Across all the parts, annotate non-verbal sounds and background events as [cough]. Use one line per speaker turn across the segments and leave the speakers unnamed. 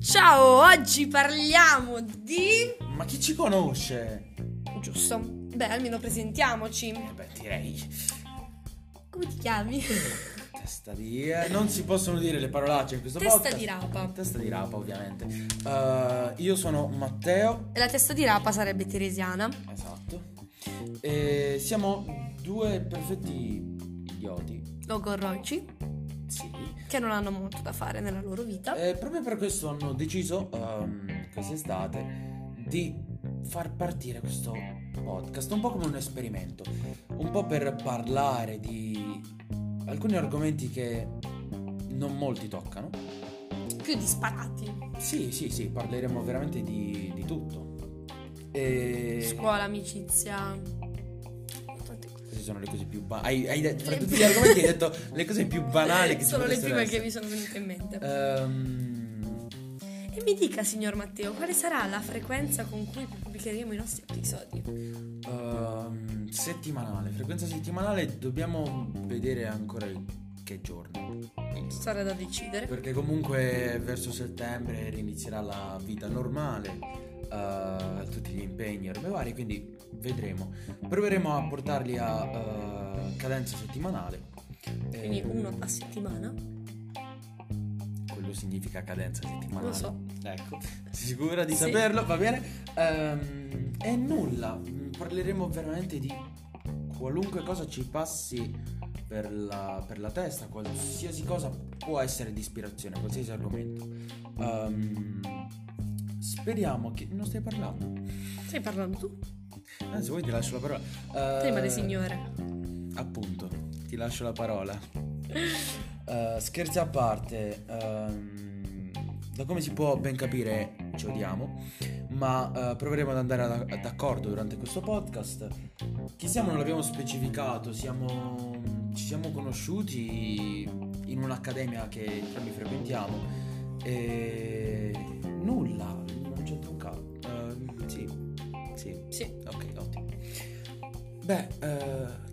Ciao, oggi parliamo di...
Ma chi ci conosce?
Giusto. Beh, almeno presentiamoci.
Eh beh, direi.
Come ti
[laughs]
chiami?
Testa di. eh, Non si possono dire le parolacce in questo
Testa
podcast.
di rapa.
Testa di rapa, ovviamente. Eh, io sono Matteo.
E la testa di rapa sarebbe teresiana.
Esatto. E siamo due perfetti idioti.
Logorroici,
Sì.
che non hanno molto da fare nella loro vita.
E Eh, proprio per questo hanno deciso ehm, quest'estate di far partire questo podcast, un po' come un esperimento, un po' per parlare di alcuni argomenti che non molti toccano.
Più disparati.
Sì, sì, sì, parleremo veramente di, di tutto. E...
Scuola, amicizia. Tante cose.
Queste sono le cose più banali. Hai, hai detto- fra tutti gli argomenti hai detto le cose più banali che ci
Eh, Sono le
potessero
prime che
essere. Eh.
mi sono venute in mente.
Ehm,
E mi dica, signor Matteo, quale sarà la frequenza con cui pubblicheremo i nostri episodi?
ehm, settimanale, frequenza settimanale, dobbiamo vedere ancora che giorno.
Sarà da decidere.
Perché comunque verso settembre inizierà la vita normale, eh, tutti gli impegni e robe varie, quindi vedremo. Proveremo a portarli a eh, cadenza settimanale. Eh,
Quindi uno a settimana.
Quello significa cadenza settimanale.
Lo so.
Ecco, [laughs] sei sicura di
Sì.
saperlo? Va bene. Ehm, e nulla, Mm, parleremo veramente di qualunque cosa ci passi per la, per la testa, qualsiasi cosa può essere di ispirazione, qualsiasi argomento. Ehm, speriamo che... Non stai parlando?
Stai parlando tu?
Anzi, vuoi ti lascio la parola.
Te, ma
Ehm,
le signore.
Appunto, ti lascio la parola. Eh, scherzi a parte, ehm, da come si può ben capire ci odiamo, ma eh, proveremo ad andare ad- d'accordo durante questo podcast. Chi siamo non l'abbiamo specificato, siamo, ci siamo conosciuti in un'accademia che entrambi frequentiamo e nulla, non c'entra un cavolo. Eh, sì, sì,
Sì.
ok, ottimo. Beh, eh,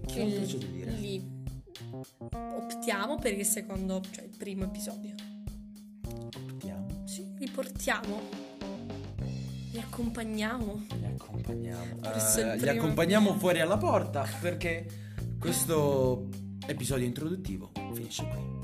che altro c'è da dire?
Lì optiamo per il secondo, cioè il primo episodio.
Optiamo,
Sì, li portiamo. Li accompagniamo.
li accompagniamo.
Forse il
Eh, li
primo.
accompagniamo fuori alla porta perché questo episodio introduttivo finisce qui.